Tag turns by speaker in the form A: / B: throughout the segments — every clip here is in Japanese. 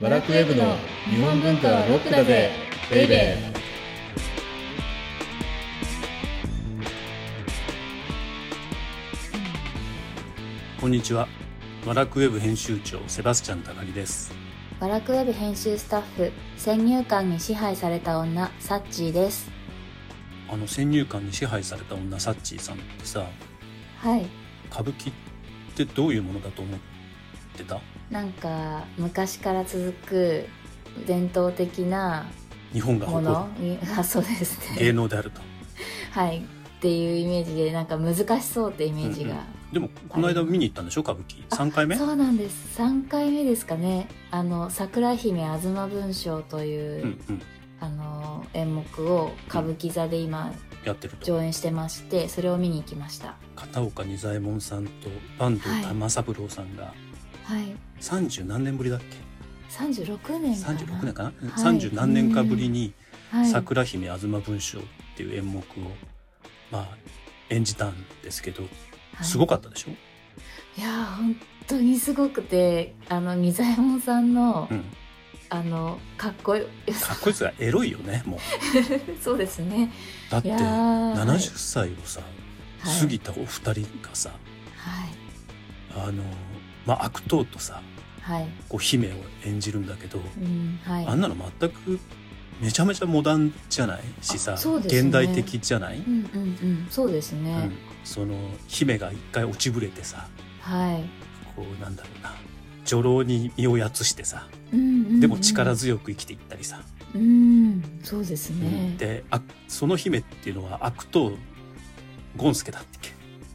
A: バラクウェブの日本文化はロックだぜベイベー
B: こんにちは。ワラクウェブ編集長セバスチャン高木です。
C: バラクウェブ編集スタッフ先入観に支配された女サッチーです
B: あの先入観に支配された女サッチーさんってさ、
C: はい
B: 歌舞伎ってどういうものだと思ってた？
C: なんか昔から続く伝統的な
B: 日本が
C: も
B: 誇る
C: のに あそうです
B: 芸
C: ね
B: 能であると。
C: はいっていうイメージでなんか難しそうってイメージが、
B: でもこの間見に行ったんでしょ歌舞伎。
C: あ
B: 三回目？
C: そうなんです3回目ですかねあの桜姫東文章という、
B: うんうん。
C: あの演目を歌舞伎座で今
B: やってると。
C: 上演してましてそれを見に行きました
B: 片岡仁左衛門さんと坂東玉三郎さんが
C: はい
B: 三十何年ぶりだっ
C: 36
B: け？
C: 年かな
B: 三十六年かな？
C: い
B: 三十何年かぶりに
C: はい、
B: 桜姫東文章っていう演目をまあ演じたんですけど。
C: はい
B: すごかったでしょ、
C: いやー本当にすごくてあの水左衛門さんの、
B: うん、
C: あのかっこよ
B: かっこいいつがエロいよねもう
C: そうですね
B: だっ
C: い
B: て
C: やー
B: 70歳をさ、
C: はい
B: 過ぎたお二人がさ
C: はい
B: あの、まあ、悪党とさ
C: はい
B: こう姫を演じるんだけど、
C: うんはい
B: あんなの全くめちゃめちゃモダンじゃないしさ、
C: あそうですね
B: 現代的じゃない、
C: うんうんうんそうですね、
B: うんその姫が一回落ちぶれてさ
C: はい、
B: こうなんだろうな女郎に身をやつしてさ
C: うんうんうん
B: でも力強く生きていったりさ、
C: うんそうです
B: う
C: ね
B: ん、であその姫っていうのは悪党ゴンスケだっけ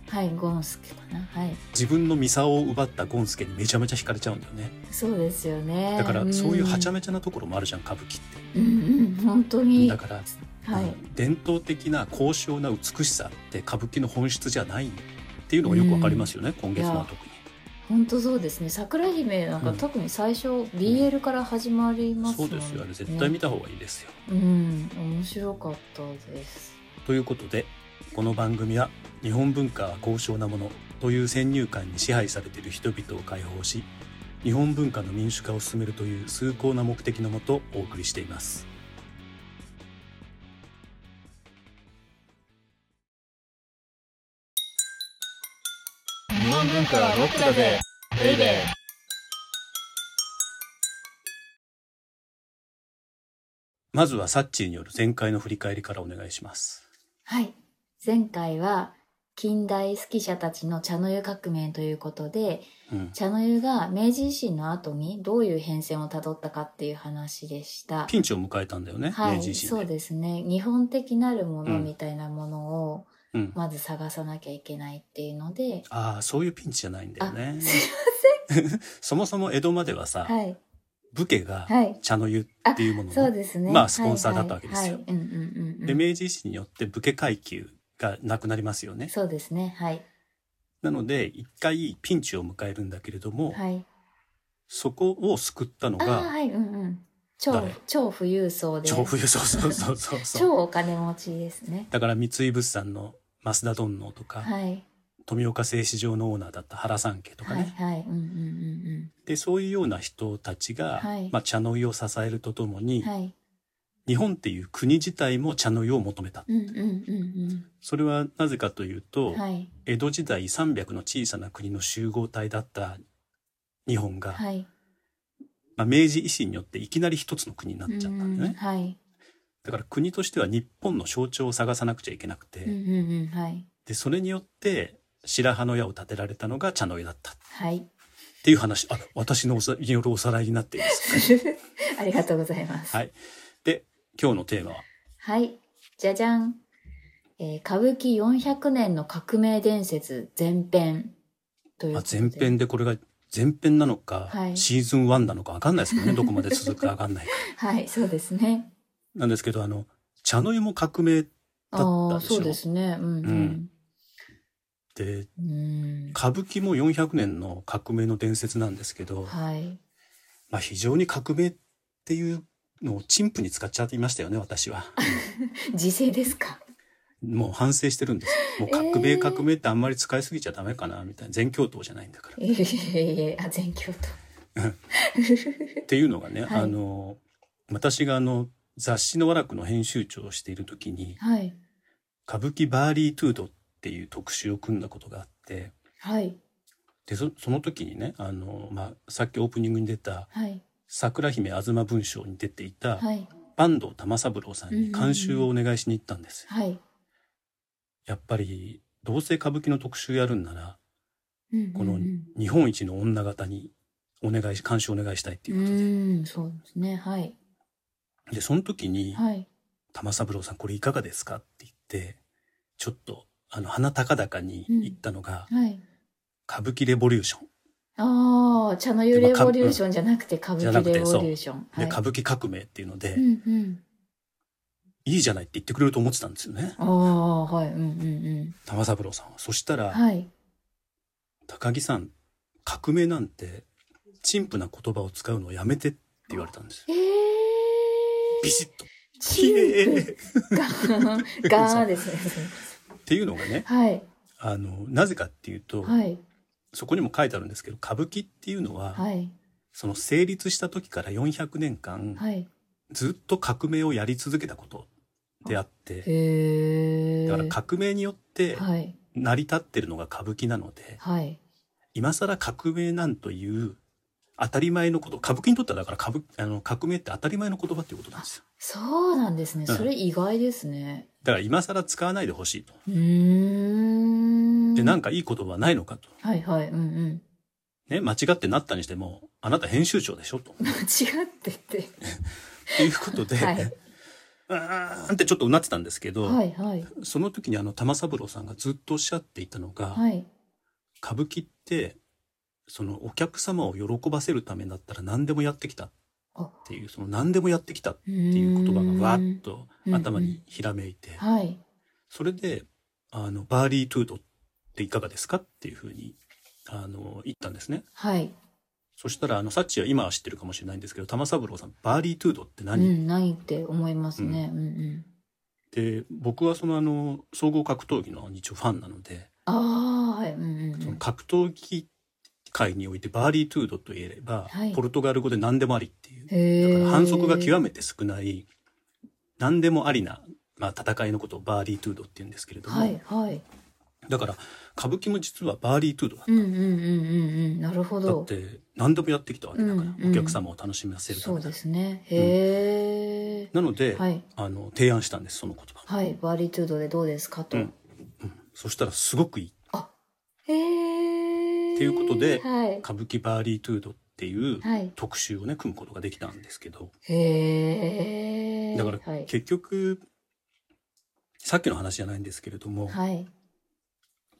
C: はいゴンスケかなはい
B: 自分のミサを奪ったゴンスケにめちゃめちゃ惹かれちゃうんだよね
C: そうですよね
B: だからそういうはちゃ
C: め
B: めちゃなところもあるじゃん歌舞伎っ
C: うんうん本当
B: て
C: に
B: だから、
C: は
B: う
C: い
B: ん伝統的な高尚な美しさって歌舞伎の本質じゃないっていうのがよくわかりますよね、今月のは特に
C: 本当そうですね桜姫なんか
B: うん
C: 特に最初 BL から始まります
B: そ
C: もん
B: う
C: ね、
B: ですよあれ絶対見た方がいいですよ、
C: うん面白かったです
B: ということでこの番組は日本文化は高尚なものという先入観に支配されている人々を解放し日本文化の民主化を進めるという崇高な目的のもとお送りしています
A: 日本文化はロックだぜベイベー
B: まずはサッチーによる前回の振り返りからお願いします
C: はい前回は近代好き者たちの茶の湯革命ということで
B: うん
C: 茶の湯が明治維新の後にどういう変遷をたどったかっていう話でした
B: ピンチを迎えたんだよね、
C: は
B: 明治維
C: い
B: 新
C: そう
B: で
C: ですね日本的なるものみたいなものを
B: うん、
C: まず探さなきゃいけないっていうので、
B: ああそういうピンチじゃないんだよね
C: あすい
B: そもそも江戸まではさ、
C: はい
B: 武家が
C: はい
B: 茶の湯っていうものを
C: そうですね
B: まあスポンサーだったわけですよ
C: はいはいはいうんうんうん
B: で
C: うん
B: 明治維新によって武家階級がなくなりますよね
C: そうですねはい
B: なので一回ピンチを迎えるんだけれども、
C: はい
B: そこを救ったの
C: ああー
B: が
C: はいうんうん超
B: 誰
C: 超富裕層で
B: 超富裕層そうそう そうそう
C: 超お金持ちですね
B: だから三井物産の増田頓能とか、
C: はい
B: 富岡製糸場のオーナーだった原さん家とか
C: は
B: ね、
C: いはいうんうん
B: でそういうような人たちが、
C: はい
B: まあ、茶の湯を支えるととも
C: う
B: に、
C: んうんはい
B: 日本っていう国自体も茶の湯を求めた
C: うんうんうん
B: それはなぜかという
C: う
B: と、
C: んはい
B: 江戸時代300の小さな国の集合体だった日本が、
C: はい
B: まあ、明治維新によっていきなり一つの国になっちゃったんだよね、
C: うんはい
B: だから国としては日本の象徴を探さなくちゃいけなくて、
C: うんうんうんはい
B: でそれによって白羽の矢を立てられたのが茶の湯だったっ
C: はい
B: ていう話あ私のおさによるおさらいになっています。
C: ありがとうございます
B: はいで今日のテーマは
C: はいじゃじゃんえー歌舞伎400年の革命伝説前編という
B: まあ
C: こ、とで
B: 前編でこれが前編なのか、
C: はい
B: シーズン1なのか分かんないです けどねどこまで続くか分かんないか
C: はいそうですね
B: なんですけどあの茶の湯も革命だ
C: あ
B: った
C: あ
B: でしょ
C: そうですねうん
B: で
C: うんうん
B: 歌舞伎も400年の革命の伝説なんですけど、
C: はい
B: まあ、非常に革命っていうのを陳腐に使っちゃっていましたよね私 は。
C: 時勢ですか
B: もう反省してるんです。もう革
C: え
B: 命
C: ー
B: 革命ってあんまり使いすぎちゃダメかなみたいな。全教頭じゃないんだから。
C: いえいえいえあ全教と
B: っていうのがね、
C: はい
B: あの私があの雑誌の「和楽」の編集長をしている時に
C: はい。
B: 「歌舞伎バーリートゥード」っていう特集を組んだことがあって
C: はい。
B: でそその時にねあの、まあ、さっきオープニングに出た
C: はい。
B: 桜姫東文章に出ていた
C: はい。
B: 坂東玉三郎さんに監修をお願いしに行ったんですよ。
C: はい。
B: やっぱりどうせ歌舞伎の特集やるんなら
C: うんうんうん
B: この日本一の女方にお願いし監修お願いしたいって
C: う
B: いうことで、
C: ーん、そうですね。はい。
B: でその時に
C: はい。
B: 玉三郎さんこれいかがですか?」って言ってちょっとあの鼻高々に言ったのが「
C: はい。
B: 歌舞伎レボリューション」
C: ああ、茶の湯レボリューションじゃなくて、歌
B: ん
C: 舞伎レボリューション。
B: で
C: はい
B: 歌舞伎革命」っていうので「
C: う
B: い
C: んうん。
B: いじゃない」って言ってくれると思ってたんですよね
C: ああ、はい。うんうん
B: 玉三郎さんは。そした
C: うん。
B: ら
C: はい。
B: 「高木さん革命なんて陳腐な言葉を使うのをやめて」って言われたんですよ
C: ええ
B: ビシッと。
C: ー。
B: 綺麗
C: ガーン、ガーンですね。
B: っていうのがね
C: はい。
B: あのなぜかっていうと、
C: はい。
B: そこにも書いてあるんですけど歌舞伎っていうのは、
C: はい。
B: その成立した時から400年間、
C: はい。
B: ずっと革命をやり続けたことであって、
C: へえ。
B: だから革命によって
C: はい。
B: 成り立ってるのが歌舞伎なので、
C: はい。
B: 今更革命なんという当たり前のこと、歌舞伎にとってはだから歌舞あの革命って当たり前の言葉っていうことなんですよ。
C: そうなんですね。
B: うん
C: それ意外ですね。
B: だから今更使わないでほしいと。
C: うーん。
B: で、なん
C: か。
B: かいい言葉はないのかと。
C: はいはい。うんうん。
B: ね、間違ってなったにしても、あなた編集長でしょと。
C: 間違ってて。
B: ということで、
C: はいう
B: ーんってちょっとうなってたんですけど、
C: はいはい。
B: その時にあの玉三郎さんがずっとおっしゃっていたのが、
C: はい。
B: 歌舞伎ってそのお客様を喜ばせるためだったら何でもやってきたっていうその何でもやってきたっ
C: って
B: てい
C: いう
B: 言葉がわーっと
C: うん
B: 頭にひらめいて、
C: はい。
B: それであのバーリートゥードっていかがですかっていうふうにあの言ったんですね
C: はい。
B: そしたらあのサッチは今は知ってるかもしれないんですけど玉三郎さんバーリートゥードって
C: う
B: 何、っ
C: ん、ないって思いますね。うんうん。
B: て僕はそのあの総合格闘技の一応ファンなので
C: ああ、はい。うんうんう
B: その
C: ん。
B: 格闘技界においてバーリートゥードといえれば、
C: はい
B: ポルトガル語で何でもありっていうだ
C: へえ。
B: から反則が極
C: め
B: めて少ない何でもありな、まあ、戦いのことをバーリートゥードって言うんですけれども、
C: はいはい。
B: だから歌舞伎も実はバーリートゥードだ,、
C: うんうんうんうんうん。なるほ
B: だっ
C: ど。
B: て何でもやってきたわけだから、
C: うんうん
B: お客様を楽しませるた
C: そ
B: め
C: う
B: だ
C: ですね。へえ。
B: なので、
C: はい。
B: あの提案したんですその言葉、
C: はい。バーリトゥードでどうですかと。
B: うんうん、そしたらすごくいい
C: へえ。
B: っていうことで
C: はい。
B: 歌舞伎バーリートゥードっていう
C: はい。
B: 特集をね組むことができたんですけど
C: へえ。
B: だから
C: はい。
B: 結局さっきの話じゃないんですけれども、
C: はい。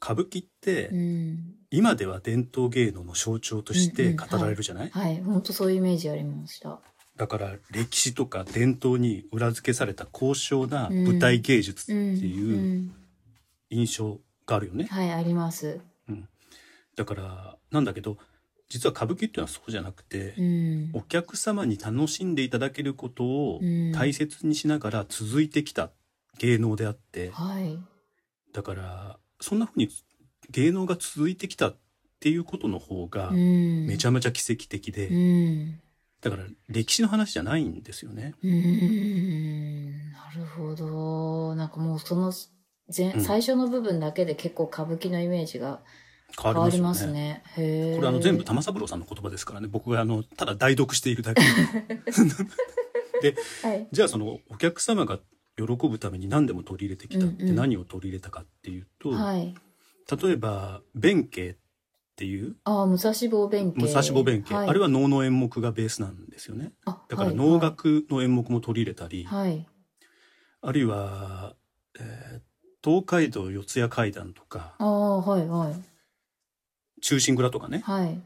B: 歌舞伎って、
C: うん。
B: 今では伝統芸能の象徴として語られるじゃない、
C: はい。本当そういうイメージありました。
B: だから歴史とか伝統に裏付けされた高尚な舞台芸術って
C: う
B: い
C: ん。
B: う
C: うん
B: 印象があるよね。
C: はい、あります。
B: だからなんだけど実は歌舞伎っていうのはそうじゃなくて
C: う、ん。
B: お客様に楽しんでいただけることを
C: うん
B: 大切にしながら続いてきた芸能であって、
C: はい。
B: だからそんな風に芸能が続いてきたっていうことの方が
C: うん。
B: めちゃめちゃ奇跡的で、
C: うん。
B: だから歴史の話じゃないんですよね。
C: うん。なるほど。なんかもうその前、
B: うん
C: 最初の部分だけで結構歌舞伎のイメージが
B: 変
C: 変
B: わ
C: わ
B: り
C: り
B: ま
C: ますす
B: よね。
C: ね。へえ。
B: これあの全部玉三郎さんの言葉ですからね僕があのただ代読しているだけ
C: はい。
B: じゃあそのお客様が喜ぶために何でも取り入れてきたっ
C: うん
B: て
C: うん
B: 何を取り入れたかっていうと、
C: はい。
B: 例えば弁慶っていう
C: ああ、武蔵坊弁慶。
B: 武蔵坊弁慶、あれ
C: は
B: は能の演目がベースなんですよね
C: あ
B: だから
C: はい
B: 能楽の演目も取り入れたり、
C: はい。
B: あるいは、えー東海道四谷怪談とか
C: ああ、はい、はい。
B: 忠臣蔵とかね
C: はい。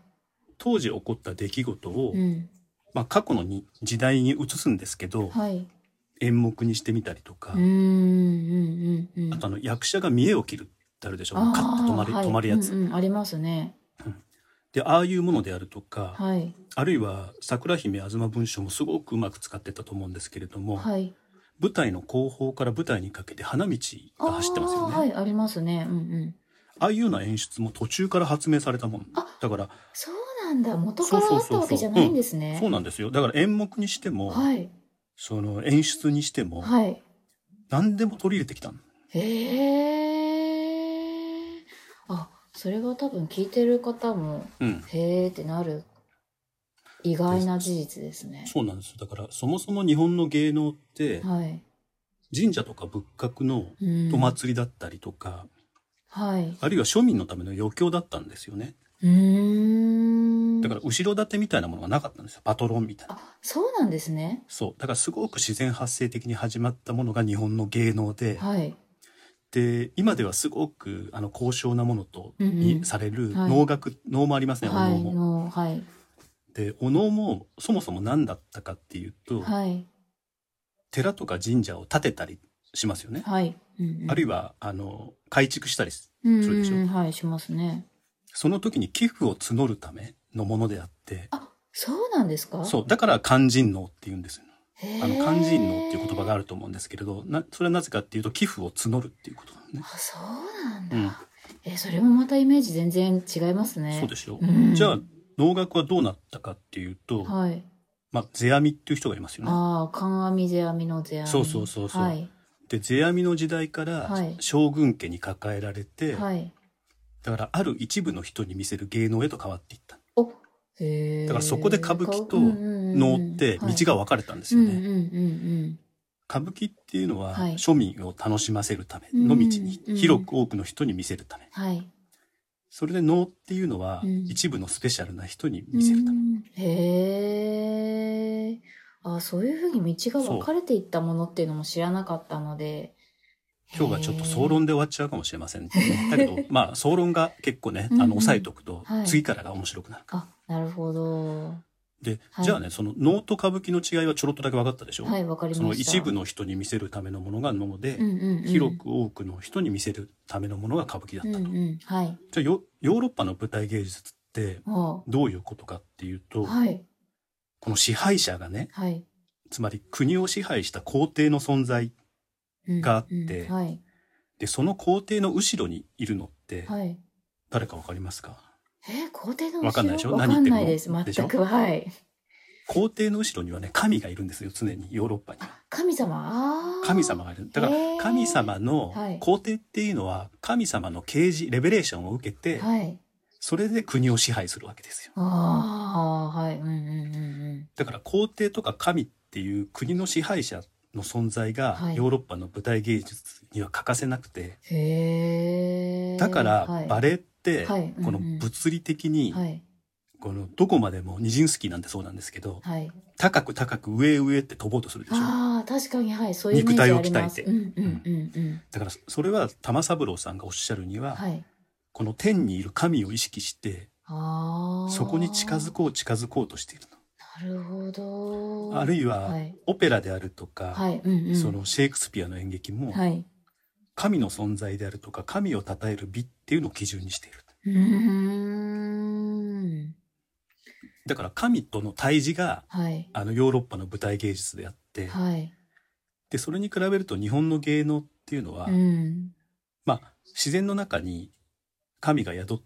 B: 当時起こった出来事を、
C: うん。
B: まあ、過去のに時代に移すんですけど、
C: はい。
B: 演目にしてみたりとか、
C: うん、うん、うん、うん。
B: あとあの役者が見栄を切るってあるでしょ
C: あー
B: カッと止まる、
C: はい
B: 止まるやつ、
C: うんうんありますね。
B: でああいうものであるとか、
C: はい。
B: あるいは桜姫東文章もすごくうまく使ってたと思うんですけれども、
C: はい。
B: 舞台の後方から舞台にかけて花道が走ってますよねあ,、
C: あーはい、ありますね。うんうん。
B: あいうような演出も途中から発明されたもん
C: あ
B: だから
C: そうなんだ元からあったわけじゃないんですね
B: そうなんですよだから演目にしても、
C: はい
B: その演出にしても、
C: はい
B: 何でも取り入れてきたの
C: へえあそれは多分聞いてる方も
B: うん
C: へえってなる意外な事実ですね
B: そうなんですよだからそもそも日本の芸能って
C: はい、
B: 神社とか仏閣の
C: うん
B: お祭りだったりとか、
C: はい
B: あるいは庶民のための余興だったんですよね
C: うーん
B: だから後ろ盾みたいなものがなかったんですよパトロンみたいな
C: あそうなんですね
B: そうだからすごく自然発生的に始まったものが日本の芸能で、
C: はい
B: で今ではすごくあの高尚なものと
C: うんうん
B: にされる
C: はい
B: 能楽、能もありますね、
C: は
B: お能
C: い
B: も。
C: のはい
B: でお能もそもそも何だったかっていうと、
C: はい
B: 寺とか神社を建てたりしますよね、
C: はい、うんうん、
B: あるい
C: は
B: はあの改築したりす
C: うん
B: そうでしょ
C: うんうんはいしますね
B: その時に寄付を募るためのものであって
C: あそうなんですか
B: そうだから勧進能っていうんですよ
C: へー
B: あの勧進能っていう言葉があると思うんですけれどなそれはなぜかっていうと寄付を募るっていうことなのね
C: あそうなんだ、
B: うん
C: えそれもまたイメージ全然違いますね
B: そうでしょ、
C: うん
B: じゃあ能楽はどうなったかっていうと、
C: はい
B: まあ、世阿弥っていう人がいますよね
C: ああ観阿弥世阿弥の世阿弥
B: そうそうそうそう
C: はい
B: で世阿弥の時代から
C: はい
B: 将軍家に抱えられて、
C: はい
B: だからある一部の人に見せる芸能へと変わっていった
C: おへえ
B: だからそこで歌舞伎と能
C: 能
B: って道が分かれたんです
C: うん
B: よ
C: うん
B: ね、
C: うん
B: 歌舞伎っていうのは
C: はい
B: 庶民を楽しませるための道に、
C: うんうん
B: 広く多くの人に見せるため、
C: はい
B: それで能っていうのは
C: うん
B: 一部のスペシャルな人に見せるため、
C: うんへえあそういうふうに道が分かれていったものっていうのも知らなかったので
B: 今日はちょっと総
C: へ
B: 論で終わっちゃうかもしれませんね、だけどまあ総論が結構ねあ
C: うんう
B: の
C: ん
B: 抑えておくと
C: はい
B: 次からが面白くなる、
C: ーあなるほど
B: で、
C: はい
B: じゃあねその能と歌舞伎の違いはちょろっとだけ分かったでしょ、
C: はい分かりました
B: その一部の人に見せるためのものが能で、
C: うんうんうん
B: 広く多くの人に見せるためのものが歌舞伎だったと、
C: うんうん、はい。
B: じゃあヨヨーロッパの舞台芸術って
C: は
B: どういうことかっていうと、
C: あ、はい。
B: この支配者がね
C: はい。
B: つまり国を支配した皇帝の存在
C: うん
B: があって
C: うんはい。
B: でその皇帝の後ろにいるのって
C: はい。
B: 誰かわかりますか
C: えー、皇帝の後ろ
B: わかんないでしょ
C: わ
B: 何言っ
C: かん
B: てるの
C: ないです。
B: でしょ
C: 全く。はい。
B: 皇帝の後ろにはね神がいるんですよ常にヨーロッパには
C: 神様。あー
B: 神様。がいるだから
C: へー
B: 神様の
C: はい
B: 皇帝っていうのは神様の啓示レベレーションを受けて
C: はい。
B: それで国を支配するわけですよ
C: ああ、はい。うんうんうんうん。
B: だから皇帝とか神っていう国の支配者の存在が
C: はい
B: ヨーロッパの舞台芸術には欠かせなくて、
C: へえ。
B: だからバ
C: レ
B: レエって
C: はい
B: この
C: うんうん
B: 物理的に
C: はい。
B: このどこまでもニジンスキーなんてそうなんですけど
C: はい。
B: 高く高く上へ上へって飛ぼうとするでしょ
C: ああ、確かに、はい。そういうイメージあります。
B: 肉体を
C: うんうんうんうん。
B: だからそれは玉三郎さんがおっしゃるには、
C: はい。
B: この天にいる神を意識して
C: ああ。
B: そこに近づこう近づこうとしている
C: なるほど。
B: のあるい
C: は。
B: はいオペラであるとか、
C: はい。うんうん。
B: そのシェイクスピアの演劇も、
C: はい。
B: 神の存在であるとか神を称える美っていうのを基準にしている
C: うーん。
B: だから神との対峙が
C: はい。
B: あのヨーロッパの舞台芸術であって、
C: はい。
B: でそれに比べると日本の芸能っていうのは、
C: うん。
B: まあ自然の中に神が宿っ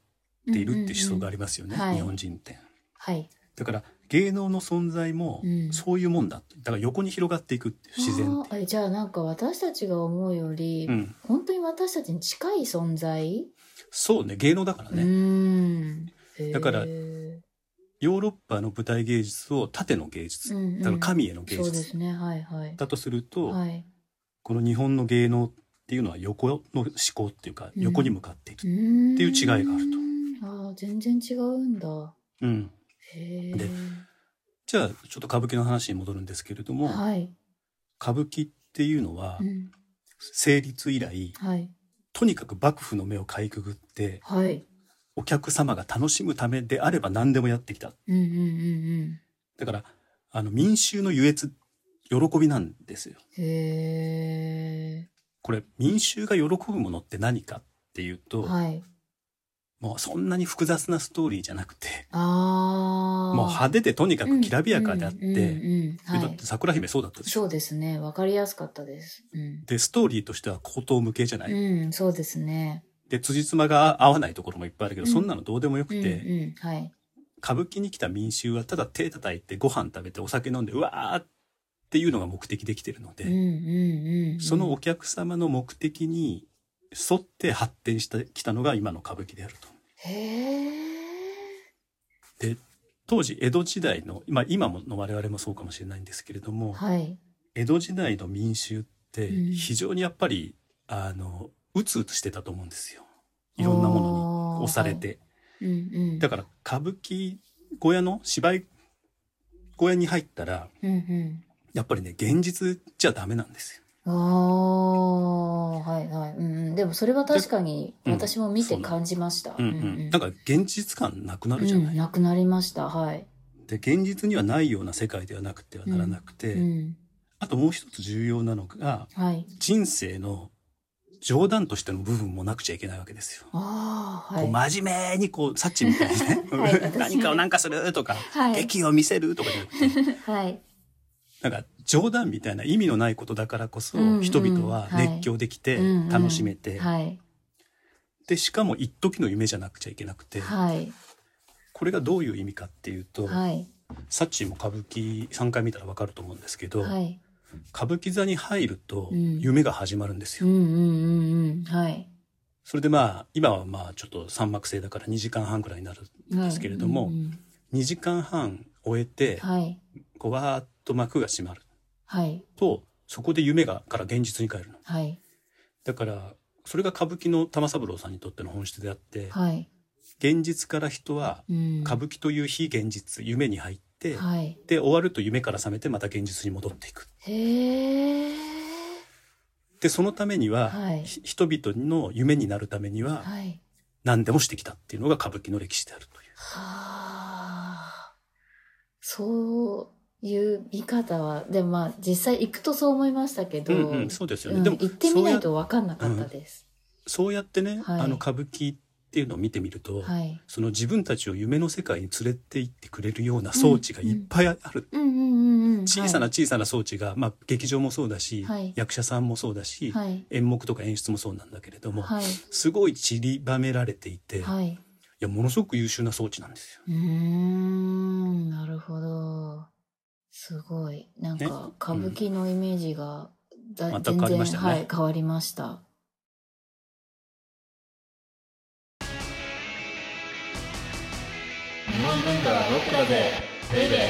B: ているっていう思想があ
C: り
B: りますよね、
C: うんうんうんはい
B: 日本人って。
C: はい。
B: だから芸能の存在も
C: うん
B: そういうもんだってだから横に広がっていくっていう自然って
C: あーえじゃあなんか私たちが思うより、
B: うん、
C: 本当に私たちに近い存在、
B: そうね芸能だから
C: う
B: ね、
C: ーん。
B: だから
C: へー
B: ヨーロッパの舞台芸術を縦の芸術、
C: うんうん
B: だから神への芸
C: そうで
B: 術
C: すね。はいはい。
B: だとすると、
C: はい。
B: この日本の芸能っていうのは横の思考っていうか
C: うん
B: 横に向かっている、
C: って
B: いう違いがあると。
C: ああ、全然違うんだ。
B: うん
C: へ
B: で
C: え。
B: じゃあちょっと歌舞伎の話に戻るんですけれども、
C: はい。
B: 歌舞伎っていうのは
C: うん。
B: 成立以来
C: はい。
B: とにかく幕府の目をかいくぐって
C: はい。
B: お客様が楽しむためであれば何でもやってきた
C: うんうんうん
B: だからあの民衆の優越喜びなんですよ
C: うん。へえ。
B: これ民衆が喜ぶものって何かっていうと、
C: はい。
B: もうそんなに複雑なストーリーじゃなくて
C: ああ。
B: もう派手でとにかくきらびやかであって、
C: うんうんうんうん
B: だ
C: は
B: っ
C: い
B: て、桜姫そうだったでしょ
C: そうですね。わかりやすかったです。うん。
B: でストーリーとしては口頭無形じゃない、
C: うん、そうですね。
B: で辻褄が合わないところもいっぱいあるけど、
C: うん
B: そんなのどうでもよく
C: うん、
B: て、
C: うん、はい。
B: 歌舞伎に来た民衆はただ手叩いてご飯食べてお酒飲んでうわーっていうのが目的できてるので、
C: うんうんうん。
B: そのお客様の目的に沿って発展してきたのが今の歌舞伎であると。
C: へえ。
B: で当時江戸時代の、まあ、今もの我々もそうかもしれないんですけれども、
C: はい。
B: 江戸時代の民衆って
C: うん
B: 非常にやっぱり、あのうつうつしてたと思うんですよいろんなものに押されて、
C: に。はいうんうん。
B: だ
C: か
B: から歌舞伎小屋の芝居小屋に入ったら
C: ら。うん
B: やっぱりね現実じゃダメなんですよ
C: うん。ああー、はいはい。うんうん。でもそれは確かに
B: でうん
C: 私も見て
B: そうなの
C: 感じました。
B: うんうん、なんか現実感なくなるじゃない、
C: うん、なくなりました。はい。
B: で現実にはないような世界ではなくてはならなくて、
C: うん。
B: あともう一つ重要なのが
C: はい。
B: 人生の冗談としての部分もなくちゃいけないわけですよ。
C: ああ、は
B: こう
C: い。
B: 真面目にこうサッチみたいにね、
C: はい
B: 何かを何かするとか、
C: はい。
B: 劇を見せるとかじゃなくて
C: はい。
B: なんか冗談みたいな意味のないことだからこそ、
C: うんうん
B: 人々は熱狂できて
C: うんうん
B: 楽しめて、
C: はい。
B: でしかも一時の夢じゃなくちゃいけなくて、
C: はい。
B: これがどういう意味かっていうと、
C: はい。
B: サッチも歌舞伎3回見たらわかると思うんですけど、
C: はい。
B: 歌舞伎座に入ると
C: うん
B: 夢が始まるんです
C: う
B: よ。
C: んうんうんうん。はい。
B: それでまあ今はまあちょっと三幕制だから2時間半くらいになる
C: はい
B: ですけれども
C: うんうん
B: 2時間半終えて
C: はい。
B: こうわーっと幕が閉まる
C: はい。
B: とそこで夢がから現実に変えるの
C: はい。
B: だからそれが歌舞伎の玉三郎さんにとっての本質であって、
C: はい。
B: 現実から人は
C: うん。
B: 歌舞伎という非現実夢に入って、
C: はい。
B: で終わると夢から覚めてまた現実に戻っていく
C: へえ。
B: でそのためには、
C: はい
B: ひ人々の夢になるためには
C: はい。
B: 何でもしてきたっていうのが歌舞伎の歴史であるという
C: はあ。そういう見方は、でもまあ実際行くとそう思いましたけど、
B: うんうん、そうですよね、
C: うん
B: でも
C: 行ってみない
B: そうや
C: と分かんなかったです。
B: そうやってね、
C: はい
B: あの歌舞伎っていうのを見てみると、
C: はい。
B: その自分たちを夢の世界に連れて行ってくれるような装置がいっぱいある、
C: うんうんうんうん。
B: 小さな小さな装置が、まあ、劇場もそうだし、
C: はい
B: 役者さんもそうだし、
C: はい。
B: 演目とか演出もそうなんだけれども、
C: はい。
B: すごい散りばめられていて、い、
C: はい。
B: やものすごく優秀な装置なんですよ。
C: うーん、なるほど。すごい。なん
B: ね
C: か、歌舞伎のイメージが、だ
B: また変わりましたよね
C: はい、変わりました。
A: 日本文化はロックだぜベイベー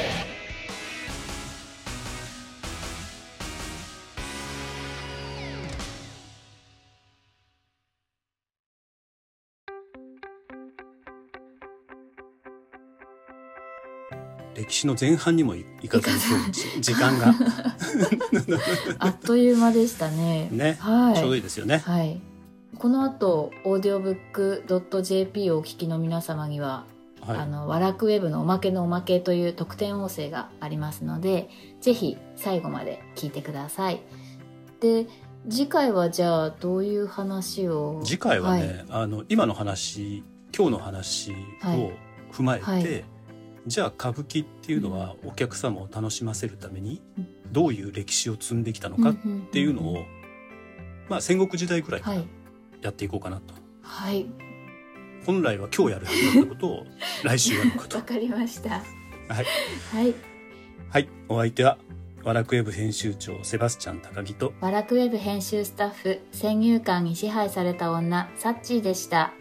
B: 歴史の前半にもいいかずに今日じ時間が
C: あっという間でしたね。
B: ね、
C: は い。
B: ちょうどいいですよね。
C: はい。この後、オーディオブック .jp をお聞きの皆様には、
B: はい、
C: あの、ワラクウェブのおまけのおまけという特典音声がありますので、ぜひ最後まで聞いてください。で、次回はじゃあどういう話を
B: 次回はね、、あの今の話今日の話を踏まえて、
C: はいはい
B: じゃあ歌舞伎っていうのはお客様を楽しませるために
C: うん
B: どういう歴史を積んできたの
C: は
B: か
C: い
B: っていうのを、まあ、戦国時代ぐらいか
C: は
B: ら
C: い。
B: やっていこうかなと、
C: はい。
B: 本来は今日やるはずだったことを来週やる こと
C: わかりました。は
B: はい、
C: い。
B: はい、お相手はワラクウェブ編集長セバスチャン高木と
C: ワラクウェブ編集スタッフ、先入観に支配された女、サッチーでした。